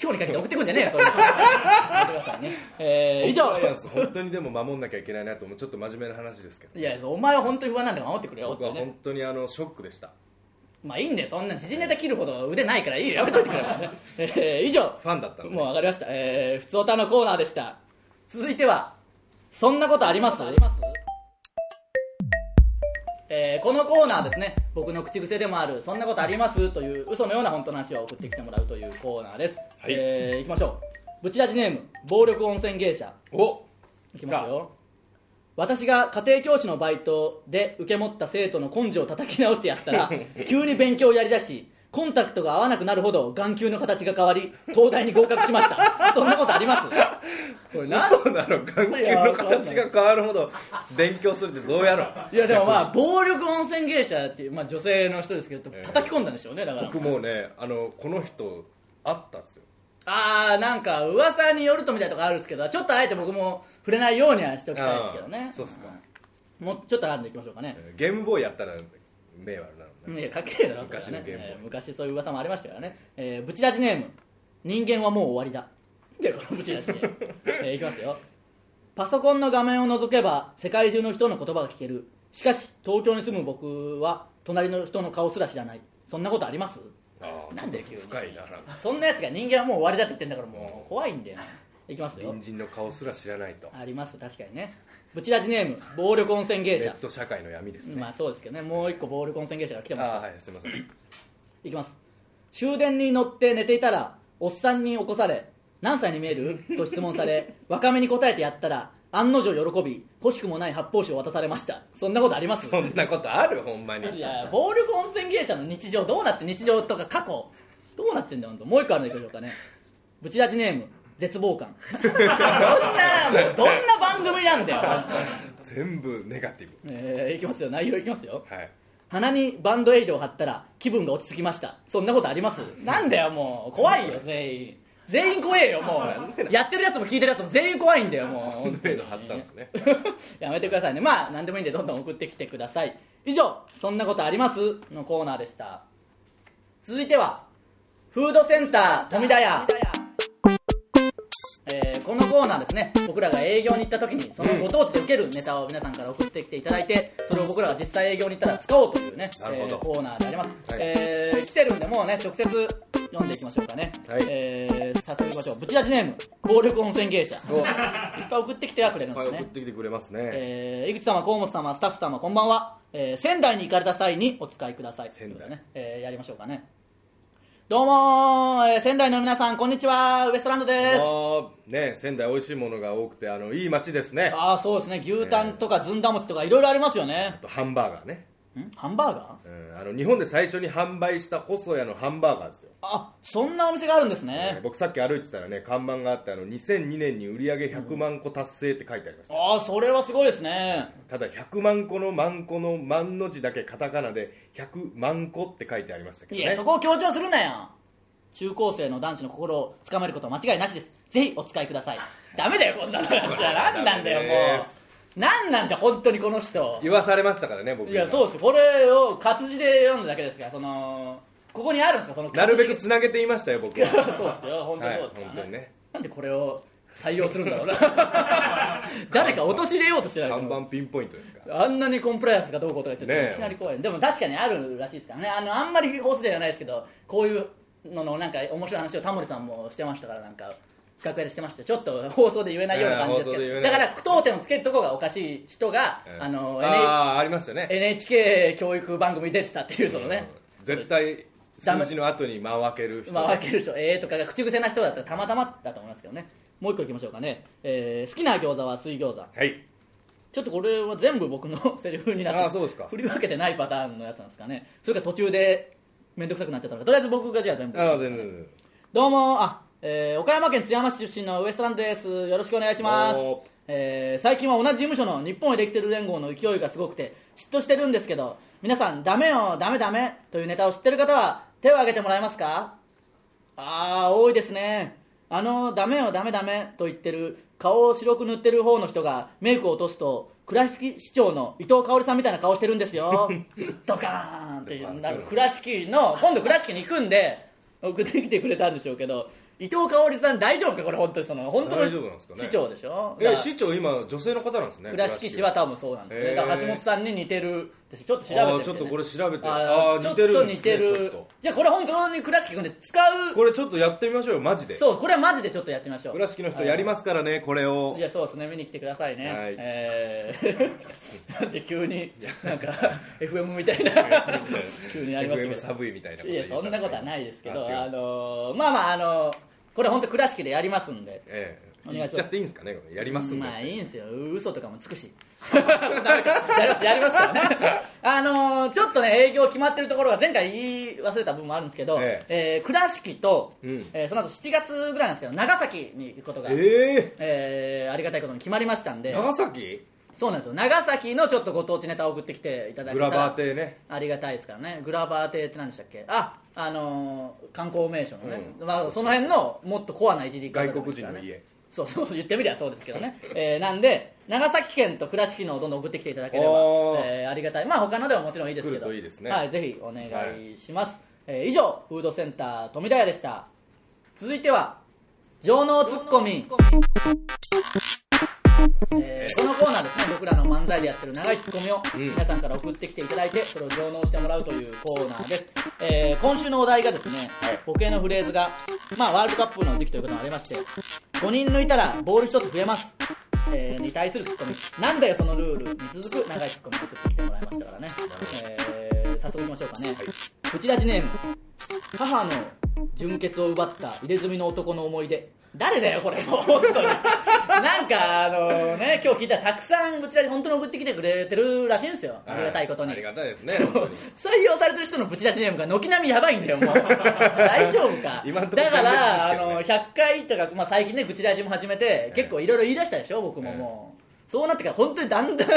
Speaker 1: 今日にかけて送ってくんじゃねえよ
Speaker 2: [LAUGHS]
Speaker 1: そういうのやめてくださいね、え [LAUGHS] ー、以
Speaker 2: コンプライアン
Speaker 1: 上
Speaker 2: ス本当にでも守んなきゃいけないなと思うちょっと真面目な話ですけど
Speaker 1: いやそうお前は本当に不安なんだから守ってくれよ
Speaker 2: 僕は
Speaker 1: 本当にね
Speaker 2: 本当にあのショックでした
Speaker 1: まあいいんだよそんな時事ネタ切るほど腕ないからいいよやめといてくれ、えー、以上
Speaker 2: ファンだったので
Speaker 1: もう上がりましたえー、ふつおたのコーナーでした続いてはそんなことありますありますえーこのコーナーですね僕の口癖でもある「そんなことあります?」という嘘のような本当の話を送ってきてもらうというコーナーです、
Speaker 2: はい
Speaker 1: えーいきましょうブチラジネーム暴力温泉芸者
Speaker 2: お
Speaker 1: いきますよ私が家庭教師のバイトで受け持った生徒の根性を叩き直してやった
Speaker 2: [LAUGHS]
Speaker 1: ら急に勉強をやりだしコンタクトが合わなくなるほど眼球の形が変わり東大に合格しましたそんなことあり
Speaker 2: [LAUGHS]
Speaker 1: ますこれなん
Speaker 2: そうなの眼球の形が変わるほど勉強するってどうやろう
Speaker 1: いやでもまあ暴力温泉芸者っていう、まあ、女性の人ですけど
Speaker 2: ええ
Speaker 1: 叩き込んだんでしょうねだから
Speaker 2: 僕もうねあのこの人あったんですよ
Speaker 1: ああなんか噂によるとみたいなとこあるんですけどちょっとあえて僕も触れないようにはしておきたいですけどね
Speaker 2: あーそうっすか
Speaker 1: もうちょっとあるんでいきましょうかね、
Speaker 2: えーゲームボーイやったら迷惑なのね
Speaker 1: いや、かけるだろ、
Speaker 2: 昔
Speaker 1: それはね
Speaker 2: のゲーム
Speaker 1: えー昔そういう噂もありましたからね。えー、ブチラジネーム、人間はもう終わりだ。で、このブチラジネーム。 [LAUGHS] えーいきますよ。パソコンの画面を覗けば、世界中の人の言葉が聞ける。しかし、東京に住む僕は、隣の人の顔すら知らない。そんなことあります
Speaker 2: あー
Speaker 1: なんで急に
Speaker 2: 深いななんか
Speaker 1: そんなやつが人間はもう終わりだって言ってんだから、もう怖いんだよ。いきますよ
Speaker 2: 隣人の顔すら知らないと
Speaker 1: あります確かにねブチラジネーム暴力温泉
Speaker 2: ネ [LAUGHS]
Speaker 1: 芸者
Speaker 2: ット社会の闇ですね、
Speaker 1: まあそうですけどねもう一個暴力温泉芸者が来てますから
Speaker 2: あーはいすいません
Speaker 1: いきます終電に乗って寝ていたらおっさんに起こされ何歳に見えると質問され若めに答えてやったら案の定喜び欲しくもない発泡酒を渡されましたそんなことあります
Speaker 2: そんなことあるほんまに
Speaker 1: いや暴力温泉芸者の日常どうなって日常とか過去どうなってんだよ本当もう一個あるんだけどかねブチラジネーム絶望感どんなもうどんな番組なんだよ本当に
Speaker 2: 全部ネガティブ
Speaker 1: えー、いきますよ内容いきますよ [LAUGHS]
Speaker 2: はい
Speaker 1: 鼻にバンドエイドを貼ったら気分が落ち着きましたそんなことありますなんだよもう怖いよ全員全員怖えよもうやってるやつも聞いてるやつも全員怖いんだよもう
Speaker 2: 本当に貼ったんですね
Speaker 1: [LAUGHS] やめてくださいねまあ何でもいいんでどんどん送ってきてください以上「そんなことあります?」のコーナーでした続いてはフードセンター富田屋えーこのコーナーですね僕らが営業に行った時にそのご当地で受けるネタを皆さんから送ってきていただいてそれを僕らが実際営業に行ったら使おうというね、
Speaker 2: なるほど
Speaker 1: えーコーナーであります、
Speaker 2: はい
Speaker 1: えー来てるんでもうね直接読んでいきましょうかね、
Speaker 2: はい
Speaker 1: えー早速いきましょうブチラジネーム暴力温泉芸者いっ
Speaker 2: お
Speaker 1: ぱい送ってきてはくれるんで
Speaker 2: はい
Speaker 1: す
Speaker 2: 送っ
Speaker 1: ね
Speaker 2: てきてくれますね、
Speaker 1: えー井口様、河本様、スタッフ様、こんばんは、えー仙台に行かれた際にお使いください
Speaker 2: 仙台
Speaker 1: ということでねえーやりましょうかねどうもー、えー仙台の皆さん、こんにちは、ウエストランド
Speaker 2: あ
Speaker 1: です
Speaker 2: ーね仙台美味しいものが多くてあのいい街ですねあ
Speaker 1: ああそうですね牛タンとかずんだ餅とかいろいろありますよね、
Speaker 2: とハンバーガーね、
Speaker 1: んハンバーガー
Speaker 2: うん、あの日本で最初に販売した細谷のハンバーガーですよ
Speaker 1: あそんなお店があるんですね、
Speaker 2: 僕さっき歩いてたらね看板があってあの2002年に売り上げ100万個達成って書いてありました、
Speaker 1: ああそれはすごいですね
Speaker 2: ただ100万個の万個の万の字だけカタカナで100万個って書いてありましたけ
Speaker 1: い
Speaker 2: ど
Speaker 1: や
Speaker 2: ね
Speaker 1: そこを強調するなよ中高生の男子の心をつかめることは間違いなしですぜひお使いくださいダメだよこんなのじゃあ何なんだよ
Speaker 2: ダメ
Speaker 1: も
Speaker 2: で
Speaker 1: う何なんだよ本当にこの人
Speaker 2: 言わされましたからね僕
Speaker 1: いやそう
Speaker 2: う
Speaker 1: ですこれを活字で読んだだけですからそのここにあるんですかその活字
Speaker 2: なるべくつなげていましたよ僕
Speaker 1: [LAUGHS] そう
Speaker 2: は
Speaker 1: ですよ本当にそうですから
Speaker 2: はい、本当にね
Speaker 1: なんでこれを採用するんだ
Speaker 2: [LAUGHS]
Speaker 1: ろうな誰か落とし入れようとしてない
Speaker 2: 看板ピンポイントですから
Speaker 1: あんなにコンプライアンスがどうこうとか言ってて、
Speaker 2: ねえ
Speaker 1: いきなり怖いでも確かにあるらしいですからねあのあんまり放送ではないですけどこういうののなんか面白い話をタモリさんもしてましたからなんか楽屋でしてましたよちょっと放送で言えないような感じですけ
Speaker 2: ええ放送で言
Speaker 1: ど
Speaker 2: え
Speaker 1: だ
Speaker 2: な
Speaker 1: か
Speaker 2: い
Speaker 1: ら句読点をつけるとこがおかしい人が、
Speaker 2: うん
Speaker 1: あの NH
Speaker 2: あーありましたね
Speaker 1: NHK 教育番組に出てたっていうそのね、
Speaker 2: うん絶対数字の後に間を開ける人
Speaker 1: まあ、分ける人、えーとかが口癖な人だったらたまたまだと思いますけどね、もう一個いきましょうかね、えー好きな餃子は水餃子、
Speaker 2: はい
Speaker 1: ちょっとこれは全部僕の [LAUGHS] セリフになって
Speaker 2: あーそうですか
Speaker 1: 振り分けてないパターンのやつなんですかね、それか途中で面倒くさくなっちゃったのか、とりあえず僕がじゃあ全部、
Speaker 2: ああ全然
Speaker 1: どうもあ、えー岡山県津山市出身のウエストランドです、よろしくお願いします
Speaker 2: おー。
Speaker 1: えー最近は同じ事務所の日本エレキテル連合の勢いがすごくて嫉妬してるんですけど皆さんダメよダメダメというネタを知ってる方は手を挙げてもらえますかああ多いですねあのダメよダメダメと言ってる顔を白く塗ってる方の人がメイクを落とすと倉敷市長の伊藤香織さんみたいな顔してるんです
Speaker 2: [LAUGHS]
Speaker 1: よドカーンっていうなんか倉敷の今度倉敷に行くんで送ってきてくれたんでしょうけど伊藤香織さん大丈夫かこれ本当にその本当の
Speaker 2: 大丈夫なんですかね
Speaker 1: 市長でしょだ
Speaker 2: え
Speaker 1: から
Speaker 2: 市長今女性の方なんですね
Speaker 1: 倉敷市は多分そうなんですね、
Speaker 2: へー
Speaker 1: だから橋本さんに似てる私ちょっと調べてみて、
Speaker 2: あ
Speaker 1: ね、
Speaker 2: ーちょっとこれ調べて
Speaker 1: あ
Speaker 2: あ
Speaker 1: ー
Speaker 2: ー
Speaker 1: ちょっ
Speaker 2: 似て
Speaker 1: と
Speaker 2: るんですね
Speaker 1: 似てる
Speaker 2: ちょっと
Speaker 1: じゃあこれ本当に倉敷君で使う
Speaker 2: これちょっとやってみましょうよマジで
Speaker 1: そうこれはマジでちょっとやってみましょう
Speaker 2: 倉敷の人やりますからねこれ
Speaker 1: あ
Speaker 2: を
Speaker 1: ーいやそうですね見に来てくださいね、
Speaker 2: はい
Speaker 1: えー、 [LAUGHS] なんで急になんか FM みたいな
Speaker 2: [LAUGHS]
Speaker 1: 急にありましたけ
Speaker 2: FM
Speaker 1: ど
Speaker 2: 寒いみたいなこと
Speaker 1: い
Speaker 2: 言
Speaker 1: や
Speaker 2: った
Speaker 1: そ
Speaker 2: です
Speaker 1: んなことはないですけど
Speaker 2: あ
Speaker 1: あ
Speaker 2: 違う
Speaker 1: のーまあまああのーこれ本当倉敷でやりますんで
Speaker 2: ええ
Speaker 1: お願いします
Speaker 2: 言っちゃっていいんですかねこれやりますんで
Speaker 1: まあいいんですよ嘘とかもつくし [LAUGHS] ダメかやりますやりますから
Speaker 2: [LAUGHS]
Speaker 1: ねあのーちょっとね営業決まってるところが前回言い忘れた部分もあるんですけど、え
Speaker 2: え
Speaker 1: ー倉敷と、
Speaker 2: うん
Speaker 1: えーその後7月ぐらいなんですけど長崎に行くことが、え
Speaker 2: え
Speaker 1: ーありがたいことに決まりましたん
Speaker 2: え
Speaker 1: で
Speaker 2: 長崎
Speaker 1: そうなんですよ長崎のちょっとご当地ネタを送ってきていただけ
Speaker 2: グ
Speaker 1: たら
Speaker 2: ラバー亭ね
Speaker 1: ありがたいですからねグラバー亭って何でしたっけああのー観光名所のね、
Speaker 2: うん
Speaker 1: まあ、その辺のもっとコアないじり方とかですからね
Speaker 2: 外国人の家
Speaker 1: そうそう言ってみりゃそうですけど
Speaker 2: [LAUGHS]
Speaker 1: ね、えーなんで長崎県と倉敷のをどんどん送ってきていただければ
Speaker 2: お、ー
Speaker 1: えーありがたいまあ他のでももちろんいいですけ
Speaker 2: 来る
Speaker 1: ど
Speaker 2: といいですね
Speaker 1: はい、ぜひお願いします、えー以上フードセンター富田屋でした続いては情能ツッコミ、えーこのコーナーですね僕らの漫才でやってる長いツッコミを
Speaker 2: うん
Speaker 1: 皆さんから送ってきていただいてそれを上納してもらうというコーナーです、えー今週のお題がですね
Speaker 2: はい
Speaker 1: ボケのフレーズが、まあ、ワールドカップの時期ということもありまして5人抜いたらボール1つ増えます、えーに対するツッコミなんだよそのルールに続く長いツッコミを送ってきてもらいましたからね、えー早速いきましょうかね、ブチラジネーム母の純血を奪った入れ墨の男の思い出誰だよこれもう本当になんかあのね今日聞いたらたくさんブチラジ本当に送ってきてくれてるらしいんですよありがたいことに、
Speaker 2: ありがたいですね本当に
Speaker 1: [LAUGHS] 採用されてる人のブチ出しネームが軒並みやばいんだ
Speaker 2: [LAUGHS]
Speaker 1: よもう大丈夫か
Speaker 2: 今んとこ
Speaker 1: だか
Speaker 2: 全
Speaker 1: ら、
Speaker 2: 滅
Speaker 1: あの
Speaker 2: です
Speaker 1: 100回とか、まあ、最近ねブチ出しも始めて結構いろいろ言い出したでしょ僕ももう、そうなってから本当にだんだん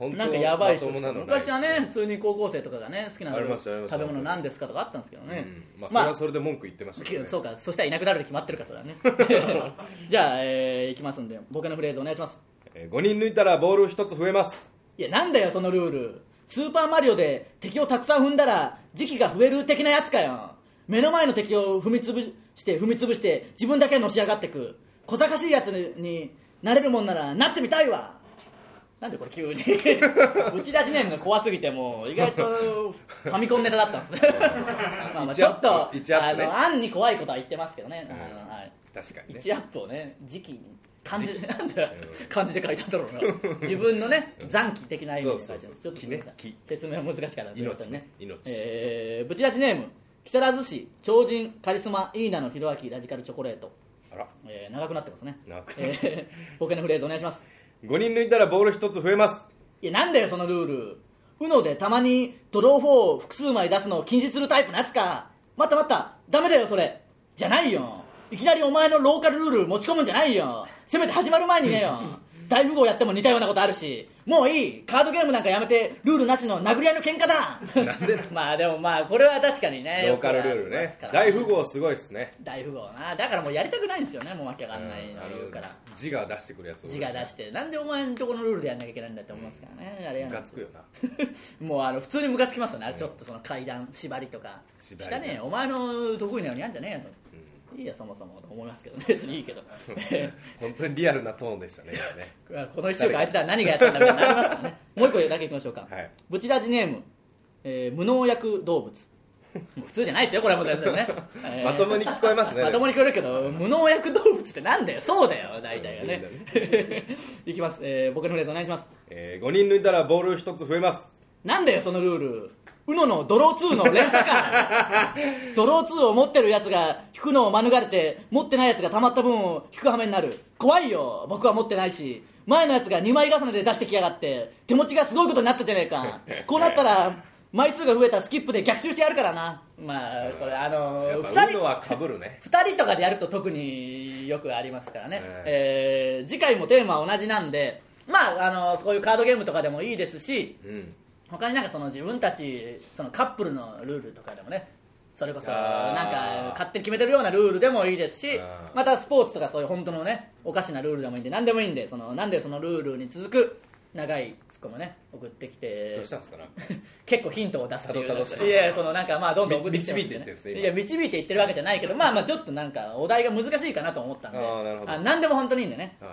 Speaker 2: 本当
Speaker 1: なんかやばい
Speaker 2: まともなのない
Speaker 1: 昔はね普通に高校生とかがね好きな
Speaker 2: ありましたありました
Speaker 1: 食べ物なんですかとかあったんですけどね、
Speaker 2: うんまあそれはそれで文句言ってましたけど
Speaker 1: [LAUGHS]
Speaker 2: ね
Speaker 1: そうかそしたらいなくなるに決まってるからね
Speaker 2: [LAUGHS]
Speaker 1: [LAUGHS] じゃあ、えーいきますんでボケのフレーズお願いします
Speaker 2: えー5人抜いたらボール1つ増えます
Speaker 1: いやなんだよそのルールスーパーマリオで敵をたくさん踏んだら時期が増える的なやつかよ目の前の敵を踏みつぶして踏みつぶして自分だけのし上がってく小賢しいやつになれるもんならなってみたいわなんでこれ急
Speaker 2: [LAUGHS]
Speaker 1: にぶち出しネームが怖すぎてもう意外とファミコンネタだったんですね
Speaker 2: [LAUGHS]
Speaker 1: まあまあち
Speaker 2: 一
Speaker 1: ょ
Speaker 2: ア
Speaker 1: っ
Speaker 2: ップ
Speaker 1: と、
Speaker 2: 一アッ
Speaker 1: あ
Speaker 2: プね
Speaker 1: の案に怖いことは言ってますけどね、あのはい
Speaker 2: 確かにね
Speaker 1: 1アップをね時期に漢字でなんだよ
Speaker 2: うん
Speaker 1: 漢字で書いたんだろうな自分のね残機的な意味で書いて
Speaker 2: そう
Speaker 1: ますち
Speaker 2: そ
Speaker 1: ょ
Speaker 2: うそう
Speaker 1: っと
Speaker 2: 気ね気
Speaker 1: 説明は難しかったですすいませんね
Speaker 2: 命ね命
Speaker 1: えーぶち出しネーム木更津市超人カリスマイーナのひろあきラジカルチョコレート、
Speaker 2: あら
Speaker 1: えー長くなってますね
Speaker 2: 長く
Speaker 1: えーボケのフレーズお願いします
Speaker 2: 5人抜いたらボール1つ増えます
Speaker 1: いやなんだよそのルール UNO でたまにドロー4を複数枚出すのを禁止するタイプのやつか待った待ったダメだよそれじゃないよいきなりお前のローカルルール持ち込むんじゃないよせめて始まる前に言
Speaker 2: [LAUGHS]
Speaker 1: えよ大富豪やっても似たようなことあるしもういいカードゲームなんかやめてルールなしの殴り合いの喧嘩だ [LAUGHS] まあでもまあこれは確かにね
Speaker 2: ローカルルール
Speaker 1: よくやりま
Speaker 2: ね
Speaker 1: すから
Speaker 2: 大富豪すごいですね
Speaker 1: 大富豪なだからもうやりたくないんですよねもうわけわかんないの言うから、
Speaker 2: あの字が出してくるやつ
Speaker 1: 字が出してなんでお前のとこのルールでやんなきゃいけないんだって思いますからね、あれや
Speaker 2: ム
Speaker 1: ん
Speaker 2: カつくよな
Speaker 1: [LAUGHS] もうあの普通にムカつきますよね、あれちょっとその階段縛りとか
Speaker 2: 縛り
Speaker 1: 汚
Speaker 2: な
Speaker 1: ねえよお前の得意なようにやんじゃねえよいいよそもそもと思います
Speaker 2: [LAUGHS]
Speaker 1: けどね別にいいけど
Speaker 2: 本当にリアルなトーンでしたね今ね
Speaker 1: この1週間あいつら何がやったんだろうなります
Speaker 2: [LAUGHS]
Speaker 1: からねもう一個だけいきましょうか、
Speaker 2: はい
Speaker 1: ブチラジネーム、えー無農薬動物も
Speaker 2: [LAUGHS]
Speaker 1: う普通じゃないですよこれはもう全然ね、えー
Speaker 2: まともに聞こえますね
Speaker 1: まともに聞こえるけど無農薬動物ってなんだよそうだよ大体がね [LAUGHS]
Speaker 2: う
Speaker 1: いきます、えー、僕のフレーズお願いします
Speaker 2: えー、5人抜いたらボール1つ増えます
Speaker 1: なんだよそのルール UNO のドロー2の連鎖かドロー2を持ってるやつが引くのを免れて持ってないやつがたまった分を引く羽目になる怖いよ僕は持ってないし前のやつが2枚重ねで出してきやがって手持ちがすごいことになったじゃねえかこうなったら枚数が増えたスキップで逆襲してやるからなまあこれあの
Speaker 2: やっ
Speaker 1: ー、
Speaker 2: ぱ
Speaker 1: 二
Speaker 2: うのはかぶるね
Speaker 1: 2人とかでやると特によくありますからね、えー次回もテーマは同じなんでまああのーこういうカードゲームとかでもいいですし
Speaker 2: うん
Speaker 1: 他になんかその自分たちそのカップルのルールとかでもねそれこそ
Speaker 2: あー
Speaker 1: なんか勝手に決めてるようなルールでもいいですし
Speaker 2: あー
Speaker 1: またスポーツとかそういう本当のねおかしなルールでもいいんで何でもいいんでそのなんでそのルールに続く長いツッコミをね送ってきて
Speaker 2: どうしたんですかなんか
Speaker 1: [LAUGHS] 結構ヒントを出すっていう
Speaker 2: たどたどしい
Speaker 1: いやそのなんかまあどんどん送ってきても
Speaker 2: 導いていってるんですね今
Speaker 1: いや導いていってるわけじゃないけ
Speaker 2: [LAUGHS]
Speaker 1: どまあまあちょっとなんかお題が難しいかなと思ったんで
Speaker 2: あーなるほど
Speaker 1: 何でも本当にいいんで
Speaker 2: [LAUGHS]
Speaker 1: ね
Speaker 2: あ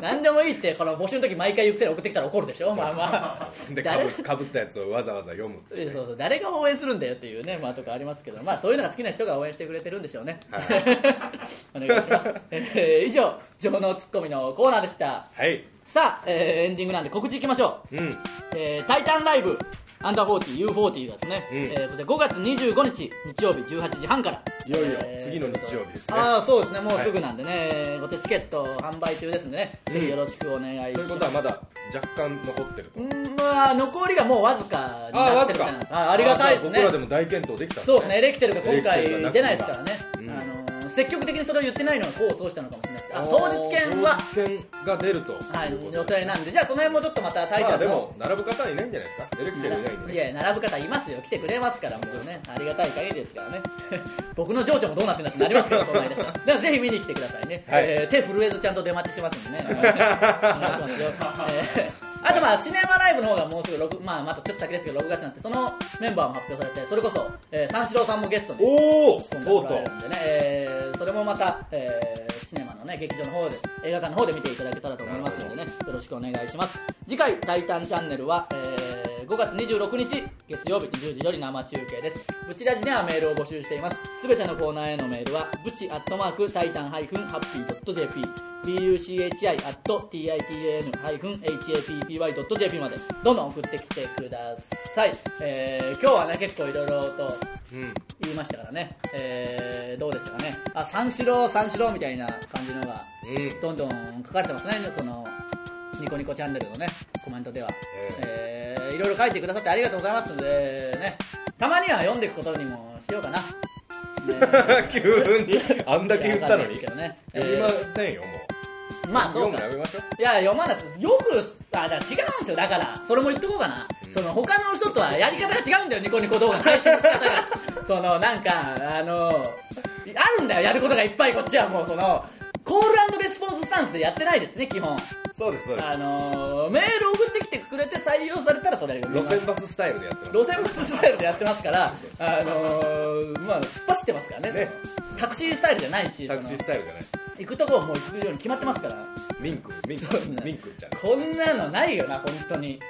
Speaker 1: 何でもいいってこの募集の時毎回ゆっくり送ってきたら怒るでしょまあまあ
Speaker 2: [LAUGHS] でか
Speaker 1: 誰
Speaker 2: ぶかぶったやつをわざわざ読むって
Speaker 1: えそうそう誰が応援するんだよっていうね、まあ、とかありますけど、まあ、そういうのが好きな人が応援してくれてるんでしょうね、
Speaker 2: は
Speaker 1: [LAUGHS] お願いします、えー以上情のツッコミのコーナーでした
Speaker 2: はい
Speaker 1: さあ、えーエンディングなんで告知いきましょう
Speaker 2: うん
Speaker 1: えータイタンライブアンダー40 U40 がですね、
Speaker 2: うん
Speaker 1: えーこちら5月25日日曜日18時半から
Speaker 2: いよいよ次の日曜日ですね
Speaker 1: ああそうですねもうすぐなんでね、こちらチケット販売中ですんでね、ぜひよろしくお願いします
Speaker 2: ということはまだ若干残ってると
Speaker 1: うんまあ残りがもうわずかになってるみたいなんですあありがたいです
Speaker 2: あじゃあ僕
Speaker 1: ね
Speaker 2: らでも大健闘できたん
Speaker 1: そうですねエレキテルが今回
Speaker 2: エレキテルがなく
Speaker 1: 出ないですからね、
Speaker 2: うん
Speaker 1: あのー積極的にそれを言ってないのが功を奏したのかもしれないですあ
Speaker 2: あー
Speaker 1: 当日券は、
Speaker 2: 当日券が出ると
Speaker 1: はいい、
Speaker 2: うことで
Speaker 1: 予定なんでじゃあその辺もちょっとまた大
Speaker 2: まあ
Speaker 1: 策
Speaker 2: で
Speaker 1: の、
Speaker 2: も並ぶ方はいないんじゃないですか出る来てるいないんで
Speaker 1: いやいや並ぶ方いますよ来てくれますからもうねありがたい限りですからね [LAUGHS] 僕の情緒もどうなってんだってなりますからその間だからぜひ見に来てくださいね、
Speaker 2: はい [LAUGHS]
Speaker 1: えー手震えずちゃんと出待ちしますんでねお願いしますよ、えーあとまあシネマライブの方がもうすぐ6、まあ、またちょっと先ですけど6月になってそのメンバーも発表されてそれこそ、えー三四郎さんもゲストで
Speaker 2: おおと
Speaker 1: 今
Speaker 2: う
Speaker 1: 度は来
Speaker 2: と
Speaker 1: られるんでね、えーそれもまた、えーシネマのね劇場の方で映画館の方で見ていただけたらと思いますのでねよろしくお願いします次回「タイタンチャンネルは」えー5月26日月曜日20時より生中継ですブチラジではメールを募集していますすべてのコーナーへのメールはブチアットマークタイタンハイフンハッピードット JP buchi at titan-happy.jp までどんどん送ってきてください、えー今日はね結構いろいろと
Speaker 2: うん
Speaker 1: 言いましたからね、えーどうでしたかねあ三四郎三四郎みたいな感じのが
Speaker 2: うん [LAUGHS]
Speaker 1: どんどん書かれてますねそのニコニコチャンネルのねコメントでは、えーいろいろ書いてくださってありがとうございますでねたまには読んでいくことにもしようかな、
Speaker 2: [LAUGHS]
Speaker 1: ね
Speaker 2: 急にあんだけ言ったのに
Speaker 1: いやわかんないですけどね
Speaker 2: 読みま
Speaker 1: え
Speaker 2: せんよも
Speaker 1: ー
Speaker 2: う
Speaker 1: まあそう
Speaker 2: 読
Speaker 1: か
Speaker 2: むのやめましょう
Speaker 1: いや読まないですよくあじゃあ違うんですよだからそれも言っとこうかな、
Speaker 2: うん
Speaker 1: その他の人とはやり方が違うんだよニコニコ動画の配信の仕方が
Speaker 2: [LAUGHS]
Speaker 1: そのなんかあのあるんだよやることがいっぱいこっちはもうそのコールレスポンススタンスでやってないですね基本
Speaker 2: そうですそうです
Speaker 1: あのメール送ってきてくれて採用されたらそれ
Speaker 2: 路線バススタイルでやってま
Speaker 1: 路線バススタイルでやってますから、あのまあ、突っ走ってますからね
Speaker 2: ね
Speaker 1: タクシースタイルじゃないし
Speaker 2: すタクシー
Speaker 1: そ
Speaker 2: スタイルじゃない
Speaker 1: の行くとこもう行くように決まってますから
Speaker 2: ミンクミンク
Speaker 1: そうね
Speaker 2: ミンクちゃん
Speaker 1: こんなのないよな、本当に。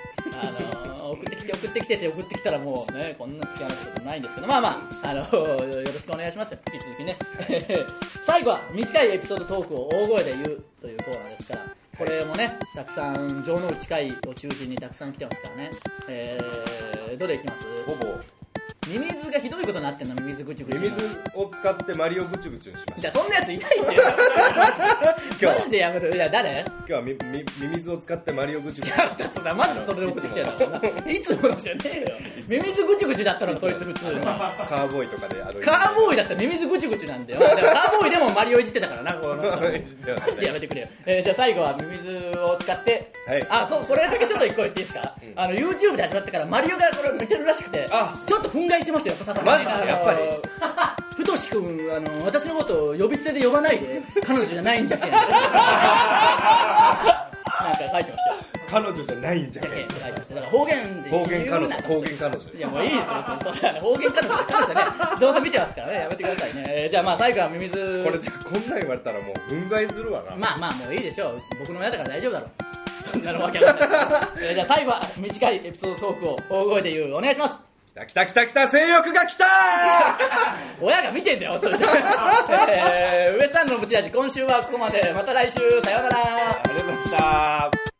Speaker 1: あのー送ってきて、送ってきてて、送ってきたらもうね、こんな付き合わないことないんですけど、まあまあ、あのーよろしくお願いしますよ、引き続きね。 [LAUGHS] 最後は、短いエピソードトークを大声で言うというコーナーですから、これもね、たくさん、城之内会を中心にたくさん来てますからね。えー、どれいきます
Speaker 2: ほぼ
Speaker 1: ミミズがひどいことになってんの、ミミズぐちゅぐち
Speaker 2: ミ
Speaker 1: ゅ。
Speaker 2: ミズを使ってマリオブチュブチュにしまし
Speaker 1: じ
Speaker 2: た
Speaker 1: ゃあ、そんなやついないんだ
Speaker 2: [LAUGHS]
Speaker 1: よ。
Speaker 2: 今日は
Speaker 1: マジでやめる。いや、誰
Speaker 2: 今日はみみミミズを使ってマリオブチュブチュ
Speaker 1: [LAUGHS] 腹立つなマジでそれで送ってきたよないつものじゃねえよミミズぐちゅぐちゅだったのそいつ普通にカ
Speaker 2: カーボーイとかであの
Speaker 1: ーボーイだったらミミズぐちゅぐちゅなんだ
Speaker 2: [LAUGHS]
Speaker 1: よだからカーボーイでもマリオいじってたからなこの人
Speaker 2: いじってましたね
Speaker 1: マジでやめてくれよ、えーじゃあ最後はミミズを使って、
Speaker 2: [LAUGHS] はい
Speaker 1: あそうこれだけちょっと一個言っていいですか、
Speaker 2: ん
Speaker 1: あの YouTube で始まってからマリオがこれ似てるらしくて
Speaker 2: あ
Speaker 1: ちょっと憤慨してましたよさす
Speaker 2: マジで
Speaker 1: あの
Speaker 2: やっぱり
Speaker 1: ふとし君あの私のことを呼び捨てで呼ばないで彼女じゃないんじゃ
Speaker 2: [LAUGHS]
Speaker 1: けんなんか書いてましたよ
Speaker 2: 彼女じゃないんじゃ
Speaker 1: じゃ
Speaker 2: け
Speaker 1: けん
Speaker 2: ん
Speaker 1: って書いてましただから方言で
Speaker 2: 方言彼
Speaker 1: 言うな
Speaker 2: 女方言彼女
Speaker 1: いやもういいですよそそれはね方言彼女彼女ね動画見てますからねやめてくださいね、えーじゃあまあ最後はミミズ
Speaker 2: これじゃあこんなん言われたらもう憤慨するわな
Speaker 1: まあまあもういいでしょう僕の親だから大丈夫だろうそんなのわけわかんない、えーじゃあ最後は短いエピソードトークを大声で言うお願いします
Speaker 2: 来た来た来た来た性欲
Speaker 1: [LAUGHS]
Speaker 2: が来た
Speaker 1: 親が見てんだよ本当に、えー、ウエストランドのブチラジ今週はここまでまた来週さようなら
Speaker 2: ありがとうございました